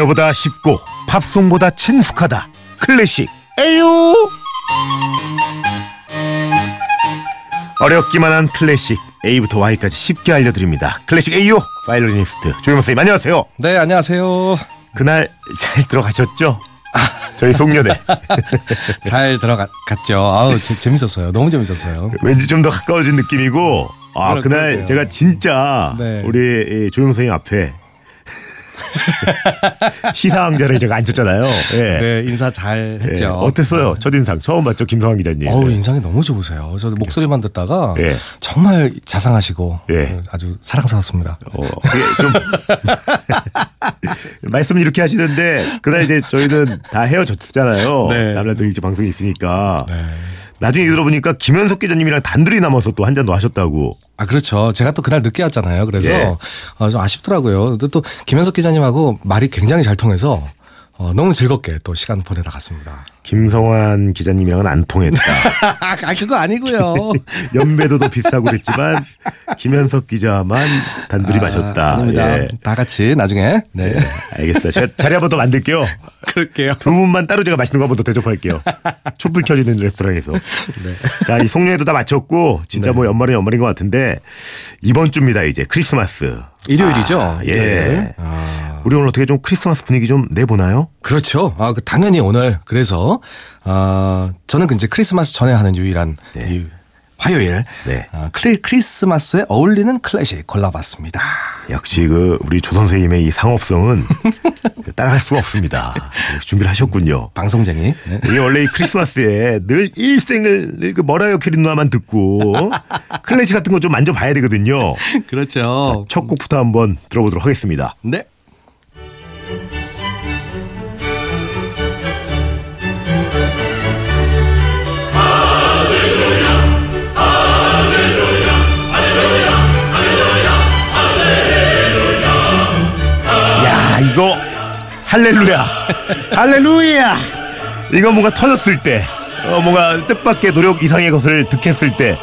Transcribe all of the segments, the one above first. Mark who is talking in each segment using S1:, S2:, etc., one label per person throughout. S1: 노래보다 쉽고 팝송보다 친숙하다 클래식 에유 어렵기만 한 클래식 A부터 Y까지 쉽게 알려드립니다 클래식 에유 바이올리니스트 조용호 선생님 안녕하세요
S2: 네, 안녕하세요.
S1: 그날 잘 들어가셨죠? 저희 송년회
S2: 잘 들어갔죠. 아우, 재- 재밌었어요. 너무 재밌었어요.
S1: 왠지 좀 더 가까워진 느낌이고 아
S2: 그럴
S1: 그날
S2: 거예요.
S1: 제가 진짜
S2: 네.
S1: 우리 이 조용 선생님 앞에 시사왕자를 제가 앉혔잖아요. 예.
S2: 네, 인사 잘
S1: 예.
S2: 했죠.
S1: 어땠어요? 첫인상 처음 봤죠 김성환 기자님.
S2: 어우, 인상이 너무 좋으세요. 저도 목소리만 듣다가
S1: 예.
S2: 정말 자상하시고 네,
S1: 예.
S2: 아주 사랑스럽습니다.
S1: 어, 그게 좀 말씀을 이렇게 하시는데 그날 이제 저희는 다 헤어졌잖아요.
S2: 네.
S1: 남날 또 일찍 방송이 있으니까
S2: 네.
S1: 나중에 들어보니까 김현석 기자님이랑 단둘이 남아서 또 한 잔도 하셨다고.
S2: 아, 그렇죠. 제가 또 그날 늦게 왔잖아요. 그래서
S1: 예.
S2: 아, 좀 아쉽더라고요. 근데 또 김현석 기자님하고 말이 굉장히 잘 통해서 어, 너무 즐겁게 또 시간 보내다 갔습니다.
S1: 김성환 기자님이랑은 안 통했다.
S2: 아, 그거 아니고요.
S1: 연배도 더 비싸고 그랬지만 김현석 기자만 단둘이 마셨다.
S2: 아, 아닙니다.
S1: 예.
S2: 다 같이 나중에. 네.
S1: 알겠습니다. 제가 자리 한번 더 만들게요.
S2: 그럴게요.
S1: 두 분만 따로 제가 맛있는 거 한번 더 대접할게요. 촛불 켜지는 레스토랑에서.
S2: 네.
S1: 자, 이 송년회도 다 마쳤고 진짜 뭐 연말은 연말인 것 같은데 이번 주입니다 이제 크리스마스.
S2: 일요일이죠.
S1: 아, 예.
S2: 일요일. 아.
S1: 우리 오늘 어떻게 좀 크리스마스 분위기 좀 내보나요?
S2: 그렇죠. 아, 그 당연히 오늘 그래서 아, 저는 그 이제 크리스마스 전에 하는 유일한 이 화요일
S1: 네.
S2: 아, 크리, 크리스마스에 어울리는 클래식 골라봤습니다.
S1: 역시 그 우리 조 선생님의 이 상업성은 따라갈 수가 없습니다. 준비를 하셨군요.
S2: 방송쟁이. 네.
S1: 이게 원래 이 크리스마스에 늘 일생을 그 머라이어 캐리 누나만 듣고 클래식 같은 거 좀 만져봐야 되거든요.
S2: 그렇죠.
S1: 첫 곡부터 한번 들어보도록 하겠습니다.
S2: 네.
S1: 야 이거 할렐루야 할렐루야 이거 뭔가 터졌을 때 어, 뭔가 뜻밖의 노력 이상의 것을 득했을 때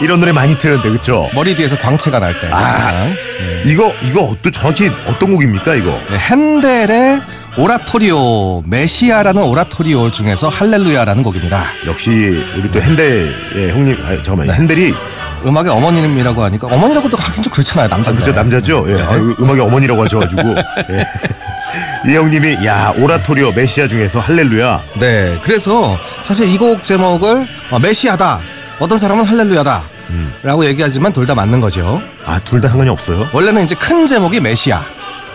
S1: 이런 노래 많이 트는데 그쵸? 아,
S2: 머리 뒤에서 광채가 날 때. 항상. 예.
S1: 이거 이거 또 정확히 어떤 곡입니까 이거?
S2: 네, 핸델의 오라토리오 메시아라는 오라토리오 중에서 할렐루야라는 곡입니다.
S1: 역시 우리 또 핸델 예, 형님 아, 잠깐만
S2: 네.
S1: 요 핸델이
S2: 음악의 어머님이라고 하니까 어머니라고도 하긴 좀 그렇잖아요. 네. 남자.
S1: 그죠 남자죠? 예. 아, 음악의 어머니라고 하셔가지고 예. 이 형님이 야 오라토리오 메시아 중에서 할렐루야
S2: 네, 그래서 사실 이 곡 제목을 어, 메시아다, 어떤 사람은 할렐루야다.
S1: 음.
S2: 라고 얘기하지만 둘 다 맞는 거죠.
S1: 아 둘 다 상관이 없어요? 어,
S2: 원래는 이제 큰 제목이 메시아,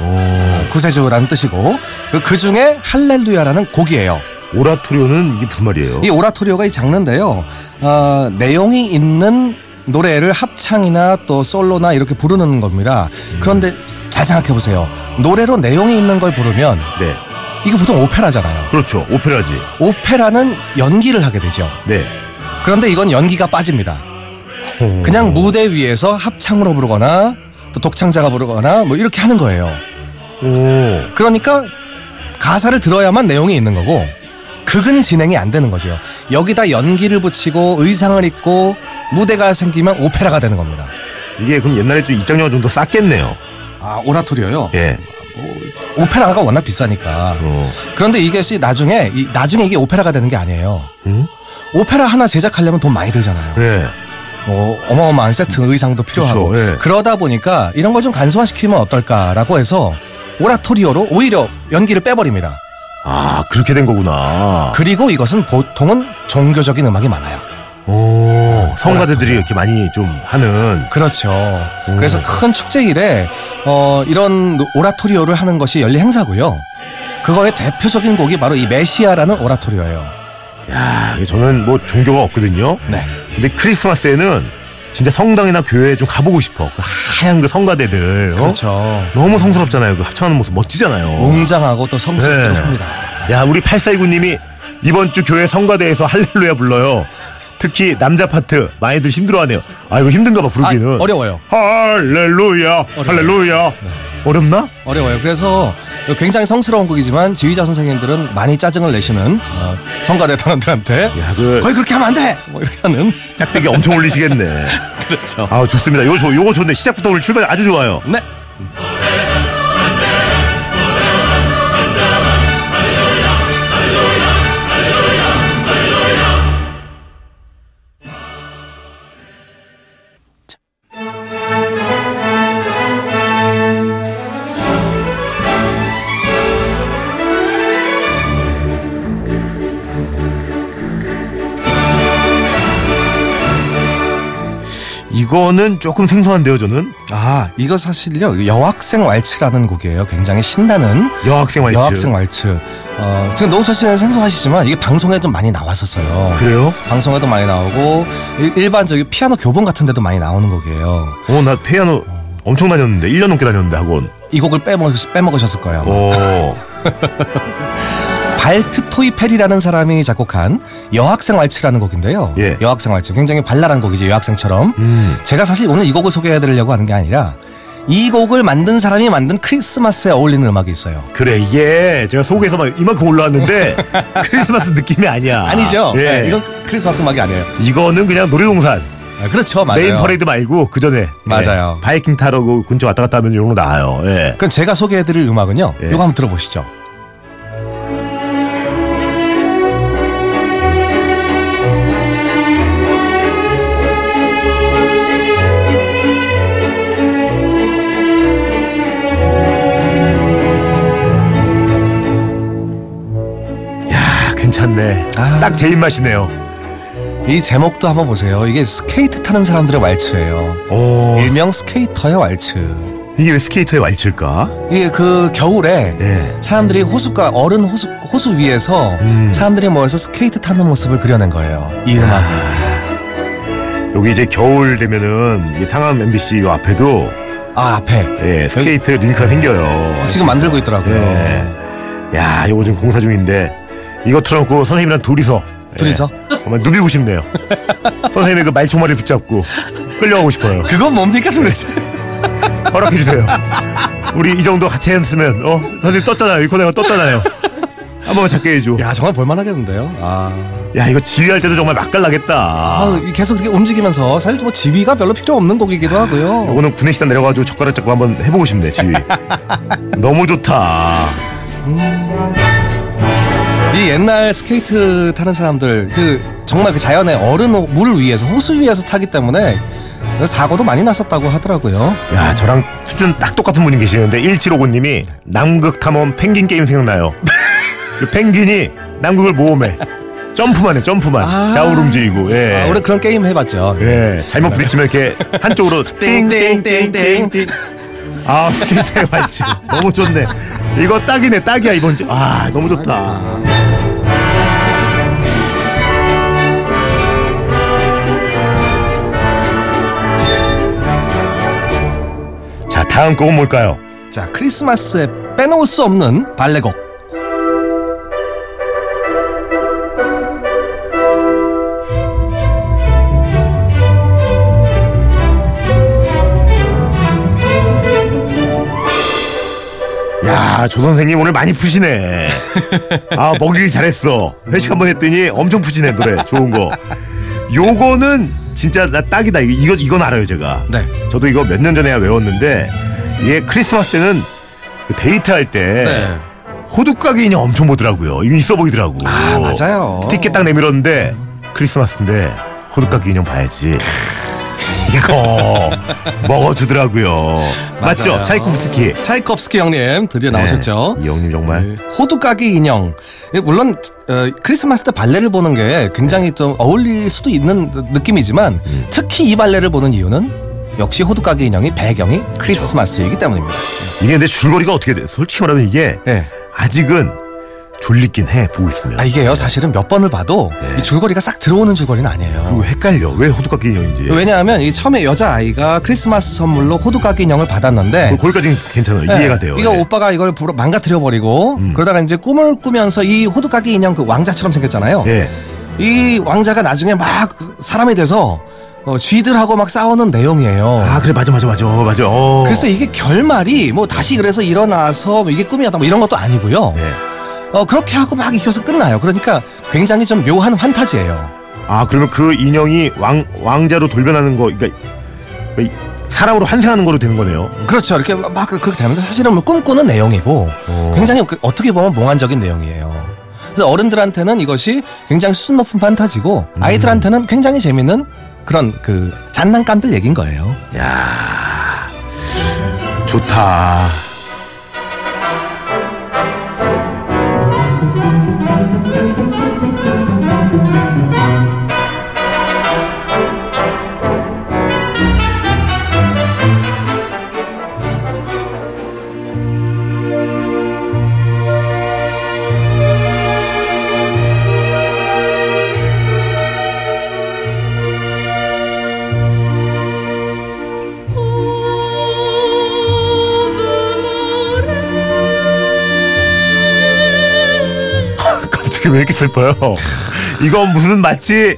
S1: 오.
S2: 구세주라는 뜻이고 그 중에 할렐루야라는 곡이에요.
S1: 오라토리오는 이게 무슨 말이에요?
S2: 이 오라토리오가 이 장르인데요. 어, 내용이 있는 노래를 합창이나 또 솔로나 이렇게 부르는 겁니다. 그런데 잘 생각해 보세요. 노래로 내용이 있는 걸 부르면
S1: 네
S2: 이거 보통 오페라잖아요.
S1: 그렇죠 오페라지
S2: 오페라는 연기를 하게 되죠.
S1: 네
S2: 그런데 이건 연기가 빠집니다. 그냥 무대 위에서 합창으로 부르거나 또 독창자가 부르거나 뭐 이렇게 하는 거예요.
S1: 오.
S2: 그러니까 가사를 들어야만 내용이 있는 거고 극은 진행이 안 되는 거죠. 여기다 연기를 붙이고 의상을 입고 무대가 생기면 오페라가 되는 겁니다.
S1: 이게 그럼 옛날에 좀 입장료가 좀 더 쌌겠네요.
S2: 아 오라토리오요.
S1: 예.
S2: 오페라가 워낙 비싸니까.
S1: 어.
S2: 그런데 이게 씨 나중에 이- 나중에 이게 오페라가 되는 게 아니에요.
S1: 응?
S2: 오페라 하나 제작하려면 돈 많이 들잖아요.
S1: 예.
S2: 뭐 어마어마한 세트 의상도 필요하고
S1: 그쵸, 예.
S2: 그러다 보니까 이런 걸 좀 간소화시키면 어떨까라고 해서 오라토리오로 오히려 연기를 빼버립니다.
S1: 아, 그렇게 된 거구나.
S2: 그리고 이것은 보통은 종교적인 음악이 많아요.
S1: 오. 성가대들이 이렇게 많이 좀 하는.
S2: 그렇죠.
S1: 음.
S2: 그래서 큰 축제일에 어, 이런 노- 오라토리오를 하는 것이 열린 행사고요. 그거의 대표적인 곡이 바로 이 메시아라는 오라토리오예요.
S1: 야, 이게 저는 뭐 종교가 없거든요.
S2: 네.
S1: 근데 크리스마스에는 진짜 성당이나 교회에 좀 가보고 싶어. 그 하얀 그 성가대들. 어?
S2: 그렇죠. 음.
S1: 너무 성스럽잖아요. 그 합창하는 모습 멋지잖아요.
S2: 웅장하고 또 성스럽긴
S1: 네.
S2: 합니다.
S1: 야, 우리 8429님이 이번 주 교회 성가대에서 할렐루야 불러요. 특히 남자 파트 많이들 힘들어하네요. 아, 이거 힘든가 봐,
S2: 아,
S1: 부르기는.
S2: 어려워요. 네.
S1: 할렐루야 할렐루야 어렵나?
S2: 어려워요. 그래서 굉장히 성스러운 곡이지만 지휘자 선생님들은 많이 짜증을 내시는 어, 성가대 단원들한테
S1: 야, 그-
S2: 거의 그렇게 하면 안 돼! 뭐 이렇게 하는
S1: 짝대기 엄청 올리시겠네
S2: 그렇죠.
S1: 아 좋습니다 요거, 좋- 요거 좋네 네. 시작부터 오늘 출발 아주 좋아요
S2: 네.
S1: 이거는 조금 생소한데요, 저는.
S2: 아, 이거 사실요. 여학생 왈츠라는 곡이에요. 굉장히 신나는
S1: 여학생 와이츠.
S2: 여학생 왈츠. 어, 지금 노홍철 씨는 생소하시지만 이게 방송에도 많이 나왔었어요.
S1: 그래요?
S2: 방송에도 많이 나오고 일- 일반적인 피아노 교본 같은 데도 많이 나오는 곡이에요.
S1: 어, 나 피아노 엄청 다녔는데. 1년 넘게 다녔는데, 학원.
S2: 이 곡을 빼먹, 빼먹으셨을 거예요. 아마.
S1: 어.
S2: 발트토이 페리라는 사람이 작곡한 여학생 왈츠라는 곡인데요.
S1: 예.
S2: 여학생 왈츠 굉장히 발랄한 곡이죠. 여학생처럼.
S1: 음.
S2: 제가 사실 오늘 이 곡을 소개해드리려고 하는 게 아니라 이 곡을 만든 사람이 만든 크리스마스에 어울리는 음악이 있어요.
S1: 그래, 이게 제가 속에서 막 이만큼 올라왔는데 크리스마스 느낌이 아니야.
S2: 아니죠?
S1: 예.
S2: 네, 이건 크리스마스 음악이 아니에요.
S1: 이거는 그냥 놀이동산.
S2: 아, 그렇죠, 맞아요.
S1: 메인 퍼레이드 말고 그 전에
S2: 맞아요.
S1: 예, 바이킹 타러 그 근처 왔다 갔다 하면 이런 거 나와요. 예.
S2: 그럼 제가 소개해드릴 음악은요.
S1: 예.
S2: 이거 한번 들어보시죠.
S1: 야, 괜찮네.
S2: 아.
S1: 딱 제 입맛이네요.
S2: 이 제목도 한번 보세요. 이게 스케이트 타는 사람들의 왈츠예요.
S1: 오,
S2: 일명 스케이터의 왈츠.
S1: 이게 왜 스케이터의 왈츠일까?
S2: 이게 그 겨울에
S1: 예.
S2: 사람들이 호수가 어른 호수 호수 위에서
S1: 음.
S2: 사람들이 모여서 스케이트 타는 모습을 그려낸 거예요. 이 음악이.
S1: 여기 이제 겨울 되면은 이 상암 MBC 요 앞에도
S2: 아 앞에
S1: 예, 스케이트 링크가 생겨요.
S2: 지금 만들고 있더라고요.
S1: 예. 야, 요거 지금 공사 중인데 이거 틀어놓고 선생님이랑 둘이서 예,
S2: 둘이서
S1: 정말 누비고 싶네요. 선생님의 그 말총머리 붙잡고 끌려가고 싶어요.
S2: 그건 뭡니까 도대체?
S1: 허락해 주세요. 우리 이 정도 같이 했으면 어 선생님 떴잖아요. 이 코너가 떴잖아요. 한 번만 작게 해줘. 야,
S2: 야 정말 볼만하겠는데요. 아,
S1: 이거 지휘할 때도 정말 맛깔나겠다.
S2: 아, 이 계속 이렇게 움직이면서 사실 뭐 지휘가 별로 필요 없는 곡이기도 하고요.
S1: 이거는 구내시단 내려가지고 젓가락 잡고 한번 해보고 싶네 지휘. 너무 좋다.
S2: 이 옛날 스케이트 타는 사람들 그 정말 그 자연의 어른 호- 물 위에서 호수 위에서 타기 때문에 사고도 많이 났었다고 하더라고요.
S1: 야 저랑 수준 딱 똑같은 분이 계시는데 1759님이 남극 탐험 펭귄 게임 생각나요. 그 펭귄이 남극을 모험해. 점프만 해 점프만.
S2: 아.
S1: 좌우로 움직이고. 예.
S2: 아, 우리 그런 게임 해봤죠.
S1: 예, 잘못 부딪히면 이렇게 한쪽으로 띵띵띵띵띵. 아, 스케이트의 완치. 너무 좋네. 이거 딱이네, 딱이야 이번 주. 아, 너무 좋다. 자, 다음 곡은 뭘까요?
S2: 자 크리스마스에 빼놓을 수 없는 발레곡.
S1: 야, 조 선생님 오늘 많이 푸시네. 아, 먹이길 잘했어. 회식 한번 했더니 엄청 푸시네 노래. 좋은 거. 요거는 진짜 나 딱이다. 이거- 이거 이건 알아요 제가.
S2: 네.
S1: 저도 이거 몇 년 전에야 외웠는데 이게 크리스마스 때는 그 데이트할 때
S2: 네.
S1: 호두까기 인형 엄청 보더라고요. 이거 있어 보이더라고.
S2: 아 맞아요.
S1: 티켓 딱 내밀었는데 크리스마스인데 호두까기 인형 봐야지. 이거 먹어주더라고요. 맞죠?
S2: 맞아요. 네.
S1: 차이코프스키.
S2: 차이콥스키 형님 드디어 나오셨죠.
S1: 네, 이 형님 정말.
S2: 호두까기 인형. 예, 물론 어, 크리스마스 때 발레를 보는 게 굉장히
S1: 네.
S2: 좀 어울릴 수도 있는 느낌이지만
S1: 음.
S2: 특히 이 발레를 보는 이유는 역시 호두까기 인형이 배경이 크리스마스이기 때문입니다.
S1: 이게 근데 줄거리가 어떻게 돼? 솔직히 말하면 이게
S2: 예.
S1: 아직은 졸리긴 해 보고 있으면.
S2: 아 이게요 사실은 몇 번을 봐도
S1: 네.
S2: 이 줄거리가 싹 들어오는 줄거리는 아니에요.
S1: 그리고 헷갈려. 왜 호두까기 인형인지.
S2: 왜냐하면 이 처음에 여자 아이가 크리스마스 선물로 호두까기 인형을 받았는데
S1: 그- 거기까지는 괜찮아요. 이해가
S2: 네.
S1: 돼요.
S2: 이거
S1: 예. 음.
S2: 오빠가 이걸 불어 망가뜨려 버리고 그러다가 이제 꿈을 꾸면서 이 호두까기 인형 그 왕자처럼 생겼잖아요.
S1: 예.
S2: 이 왕자가 나중에 막 사람이 돼서 어, 쥐들하고 막 싸우는 내용이에요.
S1: 아 그래 맞아 맞아 맞아 맞아. 어.
S2: 어. 그래서 이게 결말이 뭐 다시 그래서 일어나서 뭐 이게 꿈이었다 뭐 이런 것도 아니고요.
S1: 예.
S2: 어, 그렇게 하고 막 이겨서 끝나요. 그러니까 굉장히 좀 묘한 환타지예요.
S1: 아 그러면 그 인형이 왕 왕자로 돌변하는 거 그러니까 이- 사람으로 환생하는 거로 되는 거네요.
S2: 그렇죠. 이렇게 막 그렇게 되는데 사실은 뭐 꿈꾸는 내용이고
S1: 어.
S2: 굉장히 그- 어떻게 보면 몽환적인 내용이에요. 그래서 어른들한테는 이것이 굉장히 수준 높은 판타지고 아이들한테는 굉장히 재밌는 그런 그 장난감들 얘기인 거예요.
S1: 야 좋다. 왜 이렇게 슬퍼요? 이건 무슨 마치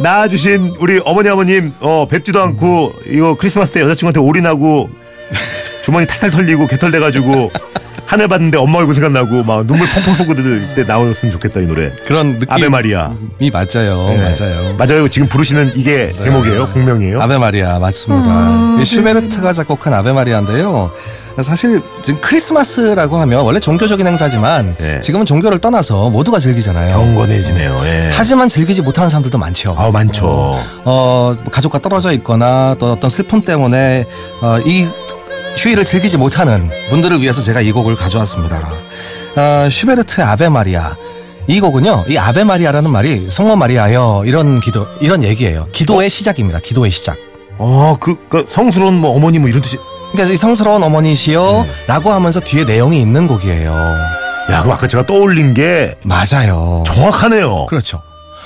S1: 낳아주신 우리 어머니 아버님 어 뵙지도 않고 이거 크리스마스 때 여자친구한테 올인하고 주머니 탈탈 털리고 개털돼가지고 하늘 봤는데 엄마 얼굴 생각나고 막 눈물 펑펑 쏟고 들때 나오셨으면 좋겠다 이 노래.
S2: 그런 느낌.
S1: 아베 마리아.
S2: 이 맞아요.
S1: 네.
S2: 맞아요.
S1: 맞아요. 지금 부르시는 이게 제목이에요. 공명이에요.
S2: 아베 마리아 맞습니다.
S1: 음.
S2: 이 슈베르트가 작곡한 아베 마리아인데요. 사실 지금 크리스마스라고 하면 원래 종교적인 행사지만
S1: 네. 어,
S2: 지금은 종교를 떠나서 모두가 즐기잖아요.
S1: 경건해지네요. 예.
S2: 하지만 즐기지 못하는 사람들도 많죠.
S1: 아 많죠.
S2: 어, 뭐 가족과 떨어져 있거나 또 어떤 슬픔 때문에 어, 이 휴일을 즐기지 못하는 분들을 위해서 제가 이 곡을 가져왔습니다. 어, 슈베르트의 아베 마리아. 이 곡은요, 이 아베 마리아라는 말이 성모 마리아여 이런 기도 이런 얘기예요. 기도의 시작입니다. 기도의 시작.
S1: 어그 그, 성스러운 뭐 어머니 뭐 이런 뜻이.
S2: 그러니까 이 성스러운 어머니시여라고 하면서 뒤에 내용이 있는 곡이에요.
S1: 야 그럼 아까 제가 떠올린 게
S2: 맞아요.
S1: 정확하네요.
S2: 그렇죠.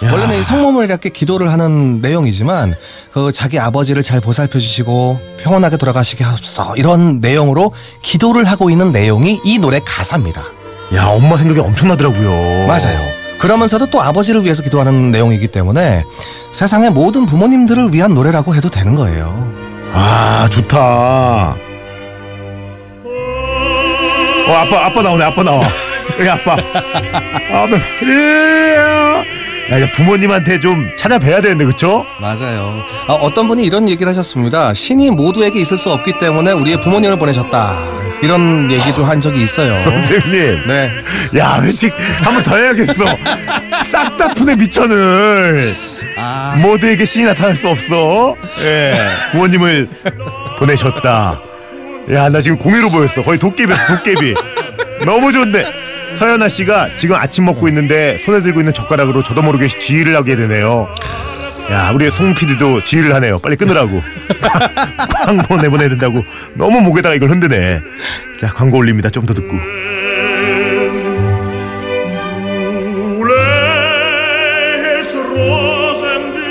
S1: 야.
S2: 원래는 이 성모를 갖게 기도를 하는 내용이지만 그 자기 아버지를 잘 보살펴 주시고 평온하게 돌아가시게 하옵소 이런 내용으로 기도를 하고 있는 내용이 이 노래 가사입니다.
S1: 야 엄마 생각이 엄청나더라고요.
S2: 맞아요. 그러면서도 또 아버지를 위해서 기도하는 내용이기 때문에 세상의 모든 부모님들을 위한 노래라고 해도 되는 거예요.
S1: 아 좋다. 어 아빠 아빠 나오네 아빠 나와. 여기 아빠. 아빠. 네. 예. 야, 이제 부모님한테 좀 찾아뵈야 되는데 그쵸?
S2: 맞아요. 아, 어떤 분이 이런 얘기를 하셨습니다. 신이 모두에게 있을 수 없기 때문에 우리의 부모님을 보내셨다. 이런 얘기도 한 적이 있어요.
S1: 선생님.
S2: 네.
S1: 야 회식 한번 더 해야겠어. 싹 다 푸네 미천을.
S2: 아,
S1: 모두에게 신이 나타날 수 없어. 예. 부모님을 보내셨다. 야, 나 지금 공유로 보였어. 거의 도깨비였어, 도깨비. 너무 좋은데. 서연아 씨가 지금 아침 먹고 있는데 손에 들고 있는 젓가락으로 저도 모르게 지휘를 하게 되네요. 야, 우리 송 PD도 지휘를 하네요. 빨리 끊으라고. 광고 내보내야 된다고. 너무 목에다가 이걸 흔드네. 자, 광고 올립니다. 좀 더 듣고.
S3: Mulets Rosendiften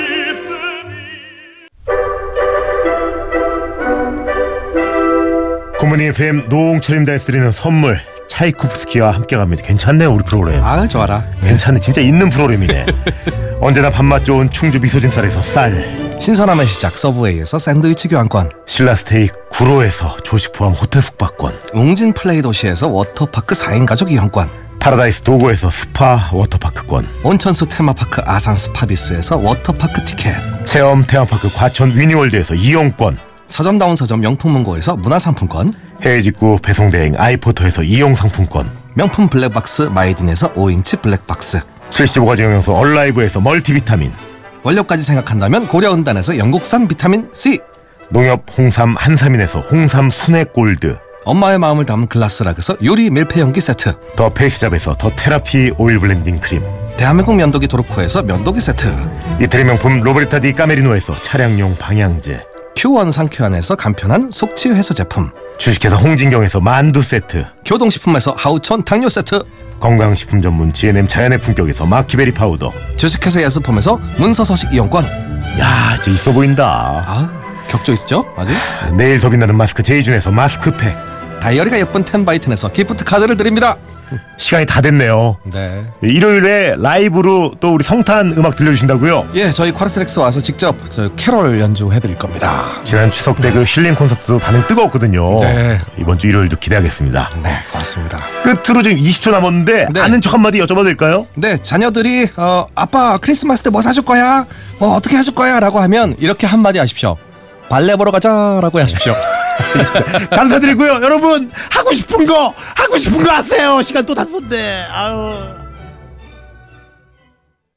S1: 고문이 FM 노홍철입니다. 드리는 선물. 차이코프스키와 함께 갑니다. 괜찮네요, 우리 프로그램.
S2: 아 좋아라.
S1: 괜찮은 진짜 있는 프로그램이네. 언제나 밥맛 좋은 충주 미소진 쌀에서 쌀,
S2: 신선함의 시작 서브웨이에서 샌드위치 교환권,
S1: 신라스테이 구로에서 조식 포함 호텔 숙박권,
S2: 웅진 플레이 도시에서 워터파크 4인 가족 이용권,
S1: 파라다이스 도고에서 스파 워터파크권,
S2: 온천수 테마파크 아산 스파비스에서 워터파크 티켓,
S1: 체험 테마파크 과천 위니월드에서 이용권,
S2: 서점다운 서점 명품문고에서 문화상품권,
S1: 해외 직구 배송 대행 아이포터에서 이용 상품권,
S2: 명품 블랙박스 마이딘에서 5인치 블랙박스,
S1: 75가지 영양소 얼라이브에서 멀티비타민,
S2: 원료까지 생각한다면 고려은단에서 영국산 비타민 C,
S1: 농협 홍삼 한삼인에서 홍삼 순액 골드,
S2: 엄마의 마음을 담은 글라스락에서 요리 밀폐용기 세트
S1: 더 페이스잡에서 더 테라피 오일 블렌딩 크림,
S2: 대한민국 면도기 도르코에서 면도기 세트
S1: 이태리 명품 로베르타 디 까메리노에서 차량용 방향제,
S2: 큐원 상쾌한에서 간편한 속치 해소 제품
S1: 주식회사 홍진경에서 만두 세트,
S2: 교동식품에서 하우천 탕류 세트
S1: 건강식품 전문 GNM 자연의 품격에서 마키베리 파우더.
S2: 주식회사 예스폼에서 문서서식 이용권
S1: 야, 진짜 있어 보인다.
S2: 아 격조 있죠 아주
S1: 내일 소빈다는 마스크 제이준에서 마스크팩.
S2: 다이어리가 예쁜 텐바이튼에서 기프트 카드를 드립니다
S1: 시간이 다 됐네요.
S2: 네
S1: 일요일에 라이브로 또 우리 성탄 음악 들려주신다고요?
S2: 예, 저희 쿼르트렉스 와서 직접 저 캐롤 연주해드릴 겁니다.
S1: 지난 추석 때 그 힐링 콘서트도 반응 뜨거웠거든요.
S2: 네.
S1: 이번 주 일요일도 기대하겠습니다.
S2: 네, 고맙습니다.
S1: 끝으로 지금 20초 남았는데
S2: 네.
S1: 아는 척 한마디 여쭤봐도 될까요?
S2: 네, 자녀들이 어, 아빠 크리스마스 때 뭐 사줄 거야? 뭐 어떻게 해줄 거야? 라고 하면 이렇게 한마디 하십시오. 발레 보러 가자 라고 하십시오.
S1: 감사드리고요. 여러분 하고 싶은 거 하고 싶은 거 하세요. 시간 또 다 썼네. 아유.